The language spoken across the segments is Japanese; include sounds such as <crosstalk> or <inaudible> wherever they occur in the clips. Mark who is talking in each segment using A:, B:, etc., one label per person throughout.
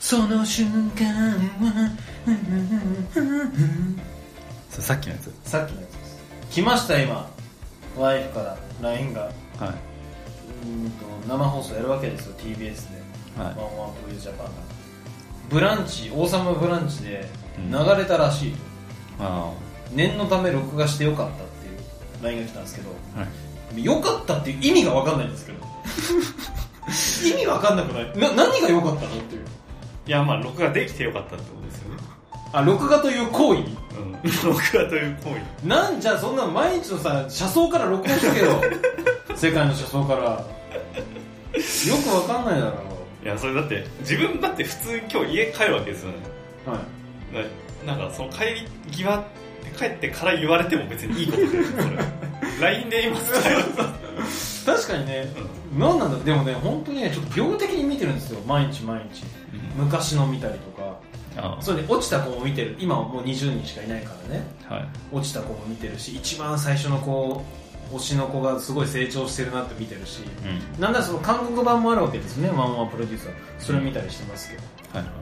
A: その瞬間は
B: それさっきのやつ
C: さっきのやつです来ました今ワイフから LINE が
B: は
C: うーんと生放送やるわけですよ TBS で「
B: い
C: ワ
B: は
C: ン
B: い
C: ワンプリージャパンがブランチ「王様ブランチ」で
B: うん
C: 流れたらしいと、
B: あ
C: 念のため録画してよかったっていう LINE が来たんですけど
B: あはい
C: よかったっていう意味が分かんないんですけど <laughs> 意味分かんなくないな何が良かったのっていう
D: いやまあ録画できてよかったってことですよね
C: あ録画という行為
D: うん録画という行為
C: なんじゃそんな毎日のさ車窓から録音したけど <laughs> 世界の車窓からよく分かんないだろ
D: いやそれだって自分だって普通に今日家帰るわけですよね
C: うはい
D: ななんかその帰り際帰ってから言われても別にいいことだよそれ LINE で今伝えよう <laughs> と
C: 確かにね、なんなんだでもね本当にねちょっと病的に見てるんですよ毎日毎日昔の見たりとか
B: あ
C: それで落ちた子も見てる今はもう20人しかいないからね
B: あはい
C: 落ちた子も見てるし一番最初の子推しの子がすごい成長してるなって見てるし
B: うん
C: なんだその韓国版もあるわけですねワンワンプロデューサーそれ見たりしてますけど、
B: はい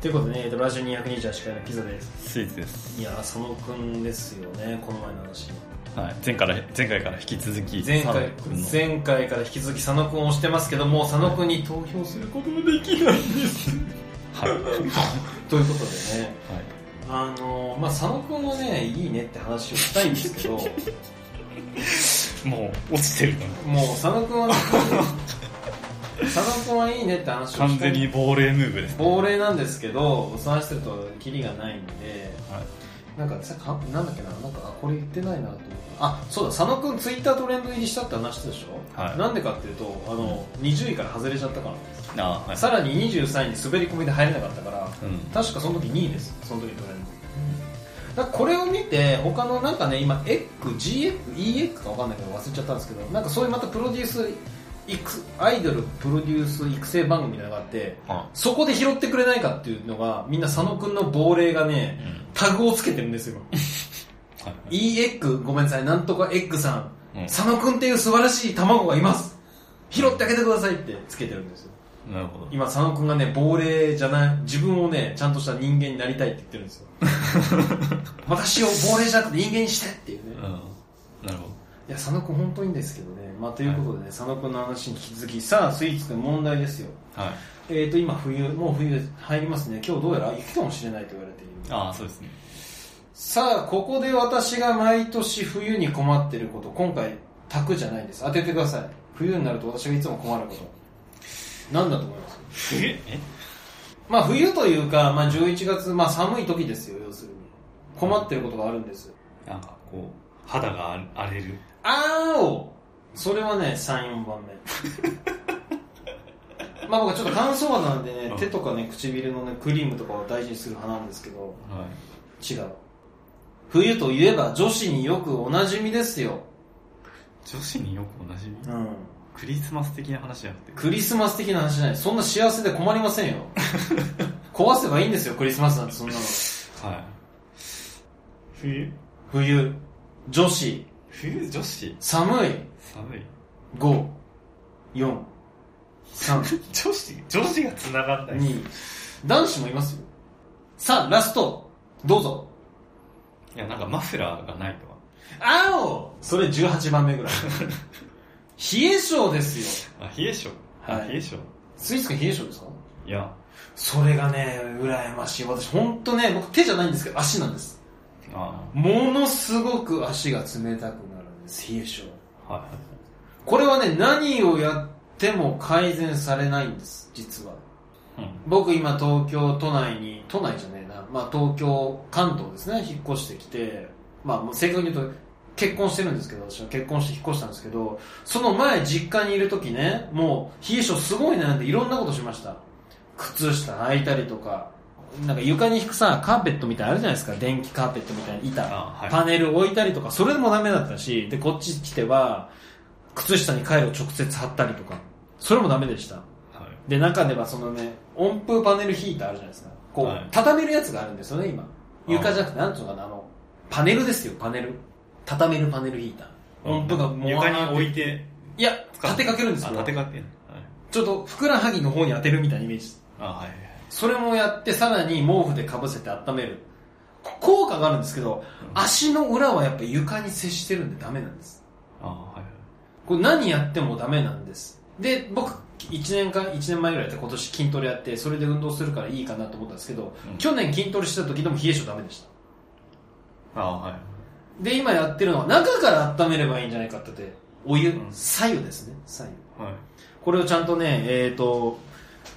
C: ということでねえっとラジオ228回のピザです
B: スイーツです
C: いやー佐野くんですよねこの前の話
B: はい前から前回から引き続き
C: 前
B: サラ
C: 回
B: 君の
C: 前回から引き続き佐野くんを推してますけどもう佐野くんに投票することもできないんです
B: はい
C: ということでね
B: はい
C: あのーまあ佐野くんはねいいねって話をしたいんです <laughs> けど
D: もう落ちてるから
C: もう佐野くんはね <laughs> 佐野くんはいいねって話をしたい
D: 完全に亡霊ムーブです
C: 亡霊なんですけどお話してるとキリがないんで
B: はい
C: なんかさかなんだっけななんかあこれ言ってないなと思ったあそうだ佐野くんツイッタートレンド入りしたって話したでしょ、
B: はい
C: なんでかっていうとあの20位から外れちゃったからなんです
B: ああはい
C: さらに23位に滑り込みで入れなかったから
B: うん
C: 確かその時2位ですその時トレンドだからこれを見て他のなんかね今エッグ GX、EX か分かんないけど忘れちゃったんですけどなんかそういうまたプロデュース育アイドルプロデュース育成番組みたいなのがあって
B: あ
C: そこで拾ってくれないかっていうのがみんな佐野くんの亡霊がね
B: うん
C: タグをつけてるんですよ
B: はい
C: E エッグごめんなさいなんとかエッグさん、
B: うん
C: 佐野くんっていう素晴らしい卵がいます拾ってあげてくださいってつけてるんですよ
B: なるほど
C: 今佐野くんがね亡霊じゃない自分をねちゃんとした人間になりたいって言ってるんですよ私を亡霊じゃなくて人間にしてっていうね、
B: うん
C: い
B: なるほど
C: や佐野くん本当にいいんですけどねまあということでね、佐野くんの話に引き続きさあスイーツくん問題ですよ
B: はい
C: えーと今冬もう冬入りますね今日どうやら雪かもしれないと言われている
B: ああそうですね
C: さあここで私が毎年冬に困ってること今回卓じゃないです当ててください冬になると私がいつも困ることなんだと思います
D: 冬え
C: まあ冬というか、まあ、11月、まあ、寒い時ですよ要するに困ってることがあるんです
D: なんかこう肌が荒れる
C: あーおそれはね34番 <laughs> 目まあ僕はちょっと乾燥肌なんでね手とかね唇のねクリームとかを大事にする派なんですけど
B: は
C: 違う冬といえば女子によくおなじみですよ、
B: い女子によくおなじみ
C: うん、
B: クリスマス的な話じゃなくて
C: クリスマス的な話じゃないそんな幸せで困りませんよ <laughs> 壊せばいいんですよクリスマスなんてそんなの
B: はい
D: 冬
C: 冬女子
D: 冬女子
C: 寒い
D: 寒い
C: 54321
D: 女子女子が繋がんない
C: 男子もいますよさあラストどうぞ
D: いやなんかマフラーがないとか
C: 青それ18番目ぐらい冷え性ですよ
D: あ冷え性あ
C: はい
D: 冷え性
C: スイーツ君冷え性ですか
D: いや
C: それがね羨ましい私本当ね僕手じゃないんですけど足なんです
B: あ
C: ものすごく足が冷たくなるんです冷え性
B: あはい
C: これはね何をやっても改善されないんです実は
B: うん
C: 僕今東京都内に都内じゃねえな、まあ、東京関東ですね引っ越してきて、まあ、もう正確に言うと結婚してるんですけど私は結婚して引っ越したんですけどその前実家にいる時ねもう冷え性すごい悩んでいろんなことしました靴下履いたりとかなんか床に引くさカーペットみたいなのあるじゃないですか電気カーペットみたいな板
D: あはい
C: パネル置いたりとかそれでもダメだったしでこっち来ては靴下にカイロ直接貼ったりとかそれもダメでした
D: はい
C: で中ではそのね温風パネルヒーターあるじゃないですかこう、
D: はい
C: 畳めるやつがあるんですよね今
D: あ
C: 床じゃなくてなんつうのかなあのパネルですよパネル畳めるパネルヒーター温風がもう
D: 床に置いて
C: いや立てかけるんです
D: あ
C: よ
D: 立てかけるはい
C: ちょっとふくらはぎの方に当てるみたいなイメージです
D: あはい
C: それもやってさらに毛布でかぶせて温める効果があるんですけど足の裏はやっぱ床に接してるんでダメなんです
B: ああはいはい
C: これ何やってもダメなんですで僕1年か1年前ぐらいやって今年筋トレやってそれで運動するからいいかなと思ったんですけど、
B: うん
C: 去年筋トレしてた時でも冷え性ダメでした
B: ああはい
C: で今やってるのは中から温めればいいんじゃないかって言ってお湯、
B: うん
C: 左右ですね左右
B: はい
C: これをちゃんとね、えっ、と、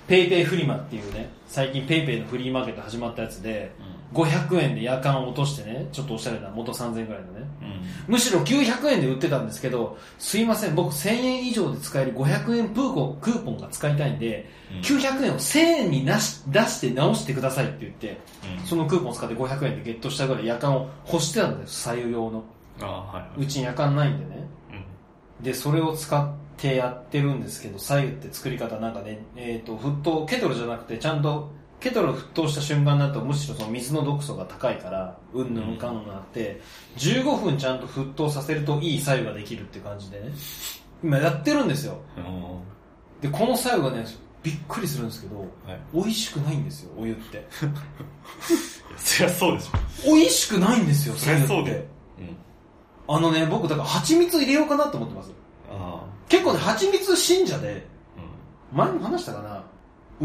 C: ペイペイフリマっていうね、最近ペイペイのフリーマーケット始まったやつで、500円で夜間を落としてね、ちょっとおしゃれな、元3000円ぐらいのね。
B: うん、うん、
C: むしろ900円で売ってたんですけど、すいません、僕1000円以上で使える500円プーコンクーポンが使いたいんで、
B: うん
C: 900円を1000円になし出して直してくださいって言って、
B: うん
C: そのクーポンを使って500円でゲットしたぐらい夜間を干してたんです、左右用の。
B: ああはいはいう
C: ち夜間ないんでね。
B: うん
C: でそれを使ってやってるんですけど左右って作り方なんかね、えー、と沸騰ケトルじゃなくてちゃんとケトル沸騰した瞬間だとむしろその水の毒素が高いからうんぬんかんぬんあって15分ちゃんと沸騰させるといい左右ができるって感じでね今やってるんですよ
B: お
C: でこの左右がねびっくりするんですけど
B: ーはい
C: 美味しくないんですよお湯って
D: いやそりゃそうでしょ。
C: 美味しくないんですよ
D: そりゃそうだよ
C: 左右って
B: うん
C: あのね僕だから蜂蜜入れようかなと思ってます
B: あ
C: 結構ね蜂蜜信者で
B: あう
C: 前も話したかな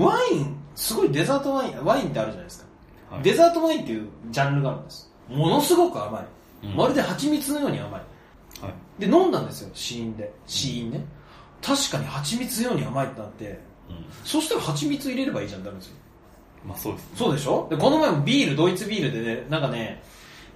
C: ワインすごいデザートワインワインってあるじゃないですか、
B: んはい
C: デザートワインっていうジャンルがあるんですものすごく甘い、
B: うん
C: まるで蜂蜜のように甘い
B: はい
C: で飲んだんですよ試飲で試飲ね確かに蜂蜜のように甘いってなって
B: うん
C: そしたら蜂蜜入れればいいじゃんってなるんですよ
B: まあそうですね
C: そうでしょでこの前もビールドイツビールでねなんかね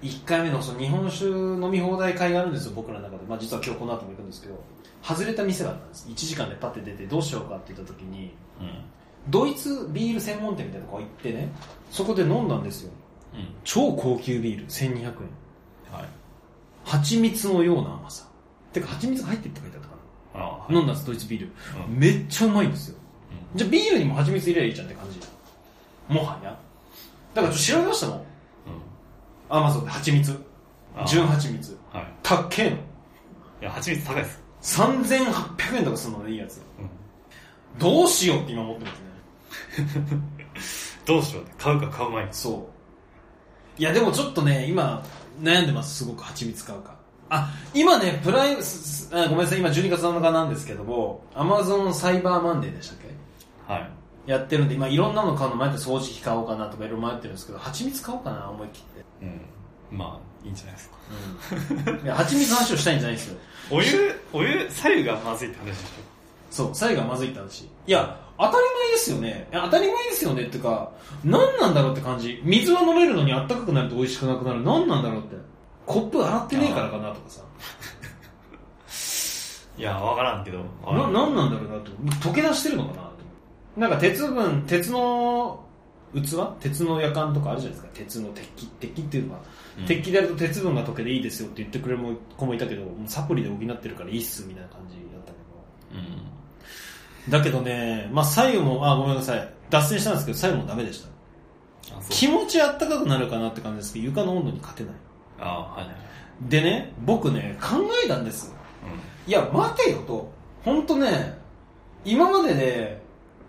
C: 1回目のその日本酒飲み放題会があるんですよ僕らの中で、まあ、実は今日この後も行くんですけど外れた店があったんです1時間でパッて出てどうしようかって言った時に
B: うん
C: ドイツビール専門店みたいなとこ行ってねそこで飲んだんですよ
B: うん
C: 超高級ビール1200円
B: はい
C: 蜂蜜のような甘さてか蜂蜜入ってるって書いてあったか
B: ああは
C: な、
B: い
C: 飲んだんですドイツビール、めっちゃうまいんですよ、
B: う
C: じゃあビールにも蜂蜜入れりゃいいじゃんって感じもはやだからちょっと調べましたもん
B: うん
C: アマゾンで蜂蜜
B: ああ
C: 純蜂蜜
B: はい
C: たっけえの
B: いや蜂蜜高いです
C: 3800円とかするのでいいやつ
B: うん
C: どうしようって今思ってますね
D: どうしようって。買うか買うまいか。
C: そういやでもちょっとね今悩んでますすごく蜂蜜買うかあ今ねプライススあごめんなさい今12月7日なんですけどもアマゾンサイバーマンデーでしたっけ
B: はい
C: やってるんで今いろんなの買うの迷って掃除機買おうかなとかいろいろ迷ってるんですけど蜂蜜買おうかな思い切って
B: うんまあいいんじゃないですか
C: うんいや蜂蜜の話をしたいんじゃないですよ
D: お湯、お湯、左右がまずいって話でし
C: そうサイがまずいって話いや当たり前ですよねいや当たり前ですよねってか何なんだろうって感じ水は飲めるのにあったかくなると美味しくなくなる何なんだろうってコップ洗ってねえからかなとかさ
D: ょ。いや、わからんけど。あ
C: な、なんなんだろうなと。溶け出してるのかなと。なんか鉄分、鉄の器鉄の夜間とかあるじゃないですか。鉄の鉄器。鉄器っていうのは、
B: うん
C: 鉄器でやると鉄分が溶けていいですよって言ってくれる子もいたけど、もうサプリで補ってるからいいっすみたいな感じだったけ
B: う
C: ど。
B: ん
C: だけどね、まあ、左右も、あ、ごめんなさい。脱線したんですけど、左右もダメでした。
B: あそう
C: 気持ちあったかくなるかなって感じですけど、床の温度に勝てない。
B: ああはいはい
C: でね、僕ね、考えたんです。いや、待てよと。ほんとね、今までで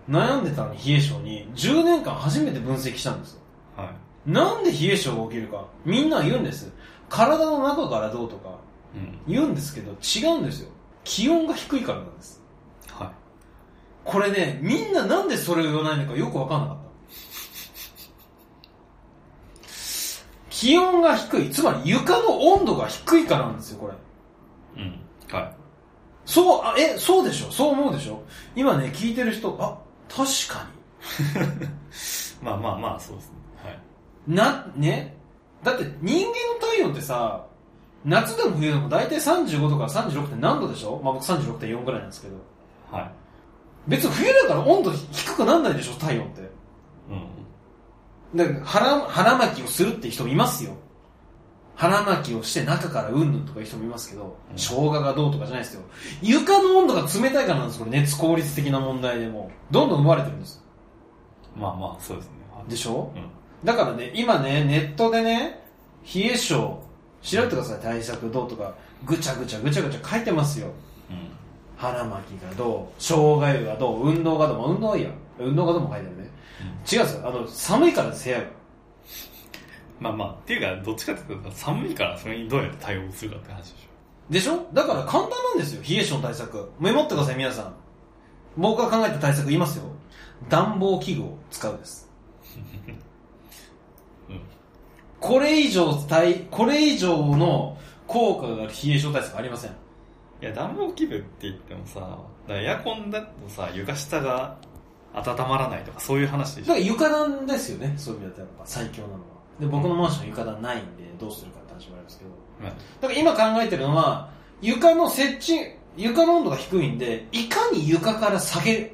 C: 悩んでたの冷え性に、10年間初めて分析したんですよ。
B: うんはい
C: なんで冷え性が起きるか、みんな言うんです。体の中からどうとか
B: うん
C: 言うんですけど、違うんですよ。気温が低いからなんです。
B: は
C: これね、みんななんでそれを言わないのかよくわかんなかった。気温が低い。つまり床の温度が低いからなんですよ、これ。
B: いうんは
C: そう、あ、え、そうでしょそう思うでしょ今ね、聞いてる人、あ、確か
B: まあまあまあそうですねはい
C: に。な、ね。だって人間の体温ってさ、夏でも冬でも大体35度から36何度でしょまあ僕36.4ぐらいなんですけど。
B: は
C: 別に冬だから温度低くなんないでしょ体温って。
B: いうん
C: だから腹、腹巻きをするって人もいますよ。腹巻きをして中からうんぬんとかいう人もいますけど、
B: うん
C: 生姜がどうとかじゃないですよ。床の温度が冷たいからなんです、これ熱効率的な問題でもう。どんどん生まれてるんです。
B: まあまあそうですねはい
C: でしょ、
B: うん
C: だからね、今ね、ネットでね、冷え性、調べてください、対策どうとか、ぐちゃぐちゃぐちゃぐちゃ書いてますよ。
B: うん
C: 腹巻きがどう、生姜湯がどう、運動がどう、まあ運動はいいや、運動がどうも書いてあるね。違うんですよ。あの、寒いからです、部屋が。
D: まあまあ、っていうか、どっちかっていうと、寒いからそれにどうやって対応するかって話でし
C: でしょだから簡単なんですよ、冷え性の対策。メモってください、皆さん。僕が考えた対策言いますよ。暖房器具を使うです。
D: <laughs> うん
C: これ以上対、これ以上の効果がある冷え性対策ありません。
D: ょ。いや、暖房器具って言ってもさ、だからエアコンだとさ、床下が温まらないとか、そういう話で
C: だ
D: し
C: か
D: ょ。
C: ら床暖ですよね、そういう意味だとやっぱ最強なのは。で、僕のマンション床暖ないんで、どうするかって話もありますけど。
D: はい
C: だから今考えてるのは、床の設置、床の温度が低いんで、いかに床から下げ、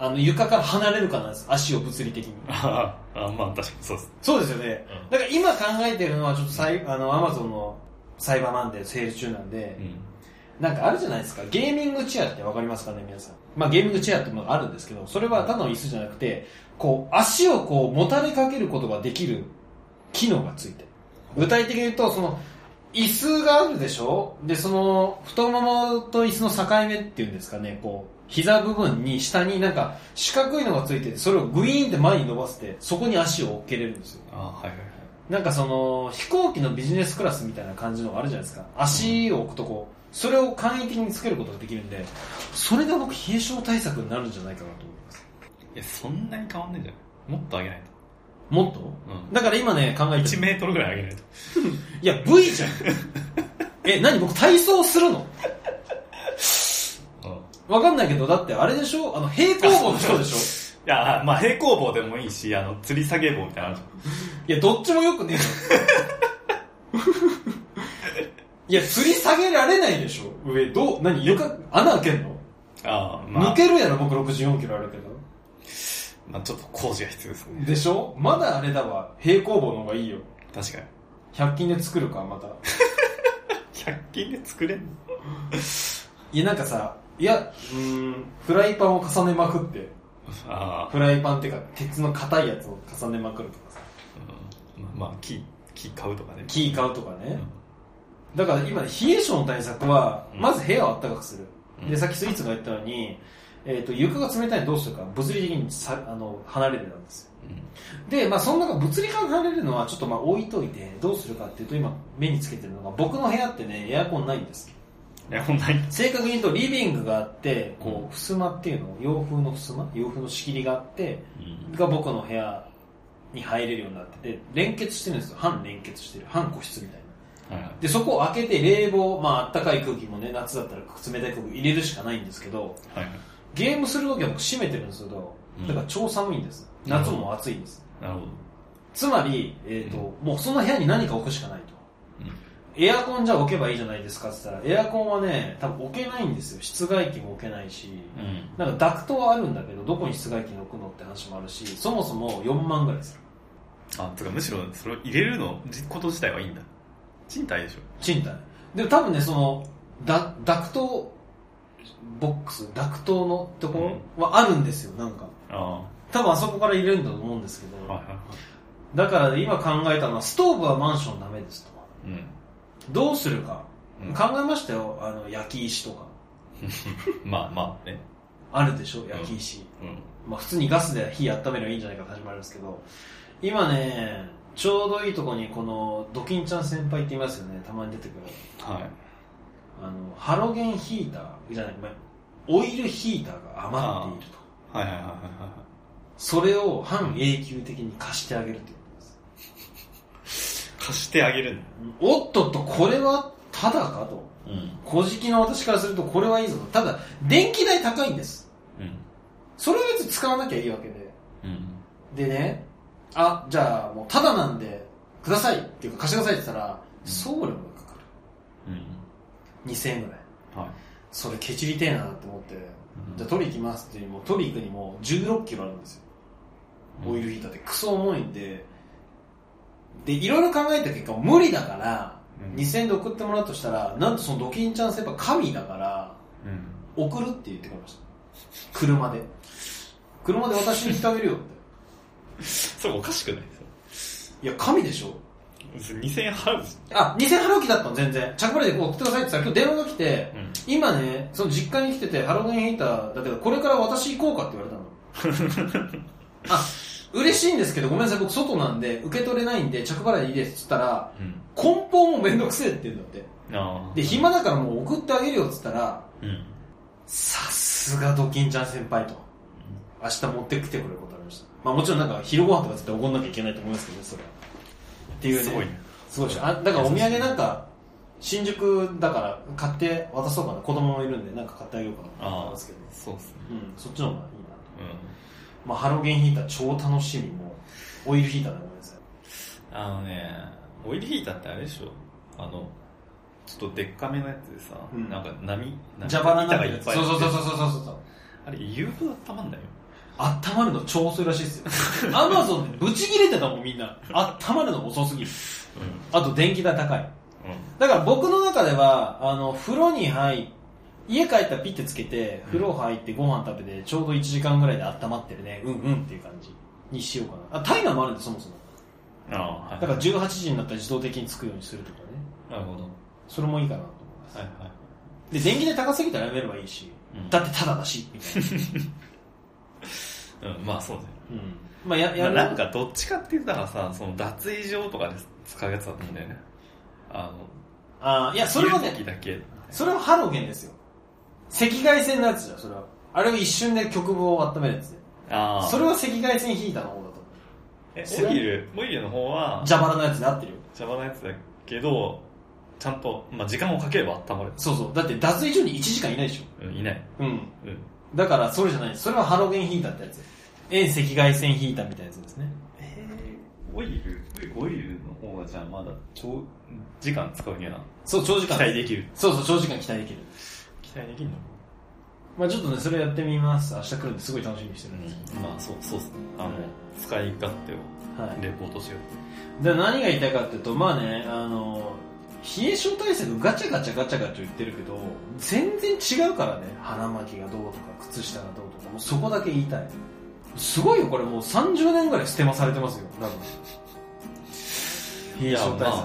C: あの床から離れるかなんです。足を物理的に。
D: ああ、あまあ確かにそうです。
C: そうですよね。
D: う
C: だから今考えてるのは、ちょっとサイ、あの、アマゾンのサイバーマンデーセール中なんで、
D: うん。
C: なんかあるじゃないですか。ゲーミングチェアってわかりますかね、皆さん。まあゲーミングチェアってものがあるんですけど、それはただの椅子じゃなくて、こう、足をこう、もたれかけることができる機能がついてる。具体的に言うと、その、椅子があるでしょで、その、太ももと椅子の境目っていうんですかね、こう、膝部分に下になんか四角いのがついてて、それをグイーンって前に伸ばして、そこに足を置けれるんですよ。
D: ああ、はいはいはい。
C: なんかその飛行機のビジネスクラスみたいな感じのがあるじゃないですか足を置くとこそれを簡易的につけることができるんでそれが僕冷え性対策になるんじゃないかなと思います
D: いや、そんなに変わんねえじゃん。もっと上げない
C: もっと
D: と。うん。
C: だから今ね考えて
D: 1メートルぐらい上げないと。
C: いや V じゃんえ何僕体操するの
D: うん。い
C: わかんないけどだってあれでしょあの平行棒の人でしょ
D: や、まあ平行棒でもいいし、あの、吊り下げ棒みたいなのあるじゃん。 <laughs>
C: いやどっちもよくねえいや吊り下げられないでしょ上どう何床穴開けんの、
D: ああ、まあ
C: 抜、けるやろ僕64キロあるけど
D: まあちょっと工事が必要ですね。
C: でしょまだあれだわ。平行棒の方がいいよ。
D: 確かに。
C: 100均で作るか、また。
D: 100均で作れんの
C: いや、なんかさ、いや、うーん、フライパンを重ねまくって。
D: ああ、
C: フライパンっていうか、鉄の硬いやつを重ねまくるとかさ。
D: うん、まあまあ、木、木買うとかね。
C: 木買うとか
D: う
C: ね
D: ん。
C: だから今、冷え性の対策は、
D: うん
C: まず部屋を暖かくする。
D: うん
C: で、さっきスイーツが言ったように、えっ、と、床が冷たいのどうするか、物理的にさあの離れるなんですよ。で、まあ、その中、物理化が離れるのはちょっとまあ置いといて、どうするかっていうと、今、目につけてるのが、僕の部屋ってね、エアコンないんです。
D: うん。エアコンない。
C: 正確に言うとリビングがあってこ
D: うん
C: う襖っていうの洋風の襖洋風の仕切りがあってが僕の部屋に入れるようになってて連結してるんですよ半連結してる半個室みたいな
D: はいはい
C: でそこを開けて冷房まああったかい空気もね夏だったら冷たい空気入れるしかないんですけど
D: はいはい。
C: ゲームする時は僕閉めてるんですけどだから超寒いんです
D: うん
C: 夏も暑いんです
D: なるほど。
C: つまり、えーともうその部屋に何か置くしかないと、
D: うん
C: エアコンじゃ置けばいいじゃないですかって言ったらエアコンはね多分置けないんですよ室外機も置けないし、
D: うん。
C: なんかダクトはあるんだけどどこに室外機に置くのって話もあるしそもそも4万ぐらいする
D: あ、つうかむしろそれを入れるの、じこと自体はいいんだ。賃貸でしょ。
C: 賃貸でも多分ねそのダダクトボックスダクトのところはあるんですよなんか
D: あ
C: 多分あそこから入れるんだと思うんですけ
D: あ、
C: ど、
D: はいはいは
C: だから今考えたのはストーブはマンションダメですと
D: い。うん。
C: どうするか
D: うん
C: 考えましたよあの焼き石とか
D: まあまあね。
C: あるでしょ焼き石、
D: うん。
C: まあ、普通にガスで火温めればいいんじゃないかって始まるんですけど今ねちょうどいいとこにこのドキンちゃん先輩って言いますよねたまに出てくる
D: はい。
C: あのハロゲンヒーターじゃないごめんオイルヒーターが余っていると
D: はいはいはいはいは
C: それを半永久的に貸してあげるってことです
D: い。貸してあげるの。
C: おっとっとこれはただかと
D: うん。
C: 小じきの私からするとこれはいいぞとただ電気代高いんです
D: うん。
C: それは別に使わなきゃいいわけで
D: うん。
C: でね、あ、じゃあもうタダなんでくださいっていうか貸してくださいって言ったら、
D: うん
C: 送料がかか
D: うん。
C: る。2000円ぐらい。
D: はい。
C: それケチりてえなって思って、じゃあ取り行きますっていう、もう取り行くにも16キロあるんですよ。
D: うん
C: オイルヒーターってクソ重いんで、で、いろいろ考えた結果無理だから、
D: うん
C: 2000円で送ってもらうとしたら、なんとそのドキンちゃん先輩神だから、
D: うん。
C: 送るって言ってくれました。車で。車で私に行ってあげるよって。
D: それおかしくない
C: いや、神でしょ
D: それ ?2000 円払うし。
C: あ、2000払う気だったの、全然。着払いで送ってくださいってさ、今日電話が来て、
D: うん。
C: 今ね、その実家に来てて、ハロゲンヒーター、だけど、これから私行こうかって言われたの。あ、嬉しいんですけど、ごめんなさい、僕外なんで、受け取れないんで、着払いでいいですって言ったら、
D: うん
C: 梱包もめんどくせえって言うんだって。
D: ああ
C: で、暇だからもう送ってあげるよって言ったら、
D: うん
C: さすがドキンちゃん先輩と。明日持ってきてくれることありました。まあもちろんなんか昼ご飯とか絶対おごんなきゃいけないと思いますけどね、それは。っていうね。
D: すごいね
C: すごいでしょ。あ、だからお土産なんか、新宿だから買って渡そうかな。子供もいるんで、なんか買ってあげようかなと思い
D: ああ
C: ますけど。
D: そうっすね
C: うん、そっちの方がいいなと。
D: うん
C: まあハロゲンヒーター超楽しみ。もう、オイルヒーターだごめんなさい。
D: あのねオイルヒーターってあれでしょあのちょっとでっかめのやつでさ、
C: うん
D: なんか波なん
C: 蛇
D: か
C: 腹
D: 板
C: なん
D: が
C: て
D: い
C: や
D: っ
C: つ
D: ぱい
C: そうそうそうそううそうそうそう。
D: あれ言うほどたまんないよ
C: 温まるの超遅いらしいで
D: <laughs>
C: すよ。アマゾンでブチ切れてたもんみんな。温まるの遅すぎる。あと電気代高い。
D: うんうん
C: だから僕の中では、あの、風呂に入っ家帰ったらピッてつけて、風呂入ってご飯食べて、ちょうど1時間ぐらいで温まってるね。うんうんっていう感じにしようかな。あ、タイマーもあるんでそもそも。
D: ああはい
C: だから18時になったら自動的につくようにするとかね。
D: なるほどは
C: それもいいかなと思います。
D: いはい
C: で、電気代高すぎたらやめればいいし、
D: うん
C: だってタダだし、みたいな。
D: <laughs> うん、まあそうね。
C: うん。まあ、や、
D: ま
C: や
D: あ、
C: る
D: なんかどっちかって言ったらさ、その脱衣場とかで使うやつだと思うんだよね。あの、
C: あーいや、それは
D: いる時
C: ね、
D: だけ。
C: それはハロゲンですよ。赤外線のやつじゃん、それは。あれは一瞬で局部を温めるやつで。
D: ああ。
C: それは赤外線ヒーターの方だと思う。
D: え
C: それ
D: オイル、オイルの方は、
C: 蛇腹のやつで合ってるよ。
D: 邪魔なやつだけど、ちゃんと、まあ時間をかければ温まる。
C: そうそう。だって脱衣所に1時間いないでし
D: うん、いない。
C: ょ。うん。
D: うん。
C: だから、それじゃないです。それはハロゲンヒーターってやつ。遠赤外線ヒーターみたいなやつですね。
D: えオイルオイルの方がじゃあまだ長時間使うには
C: そう、長時
D: 期
C: 間。
D: 待できる。
C: そうそう、長時間期待できる。
D: 期待できるの
C: まあちょっとね、それやってみます。明日来るんですごい楽しみにしてるんです。
D: うん。まあそう、そうっすね。あの、
C: はい
D: 使い勝手を
C: はい。
D: レポートしよう。
C: で何が言いたいかっていうとまあねあの冷え性対策ガチャガチャガチャガチャ言ってるけど全然違うからね腹巻きがどうとか靴下がどうとかもうそこだけ言いたいすごいよこれもう30年ぐらいステマされてますよ多分冷え性対策、
D: まあ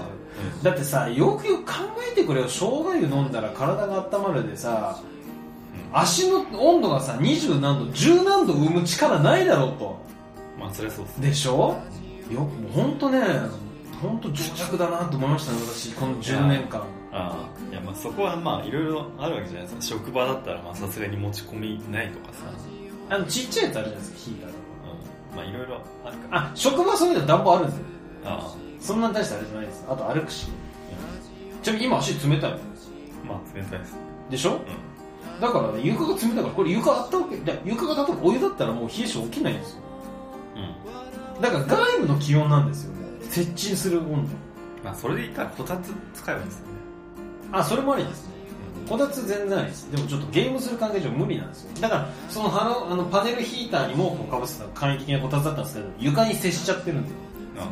D: うん
C: だってさよくよく考えてくれよ生姜湯飲んだら体が温まるでさ足の温度がさ20何度10何度生む力ないだろうと
D: まあそれはそうっすね
C: でしょよもう本当ね本当情弱だなと思いましたね私この10年間
D: ああいやまあそこはまあいろいろあるわけじゃないですか職場だったらまあさすがに持ち込みないとかさ、
C: あのちっちゃいやつあるじゃないですかヒーターの
D: うん、まあいろいろあるから
C: あ職場そういうの暖房あるんですよ
D: あ
C: そんなに大したあれじゃないですあと歩くしちなみに今足冷たいの
D: あまあ冷たいです
C: でしょ、だから、ね、床が冷たいからこれ床あったわけだ床が例えばお湯だったらもう冷え性起きないんですよ
D: うん
C: だから外部の気温なんですよね接近する温度
D: まあそれで言ったらこたつ使えばいいですよね、
C: あそれもありですねこたつ全然ありですでもちょっとゲームする関係上無理なんですよだからそのあのあのパネルヒーターに毛布をかぶせた簡易的なこたつだったんですけど床に接しちゃってるんで
D: うんあ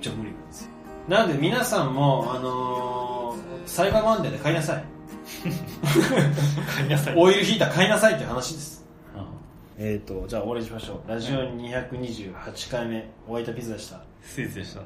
C: じゃ無理なんですよなので皆さんもあのー、サイバーマンデーで買いなさい
D: 買いなさい
C: オイルヒーター買いなさいって話です
D: ああ
C: えーとじゃあ終わりにしましょうラジオ228回目お相手ピザでした
D: スイーツでした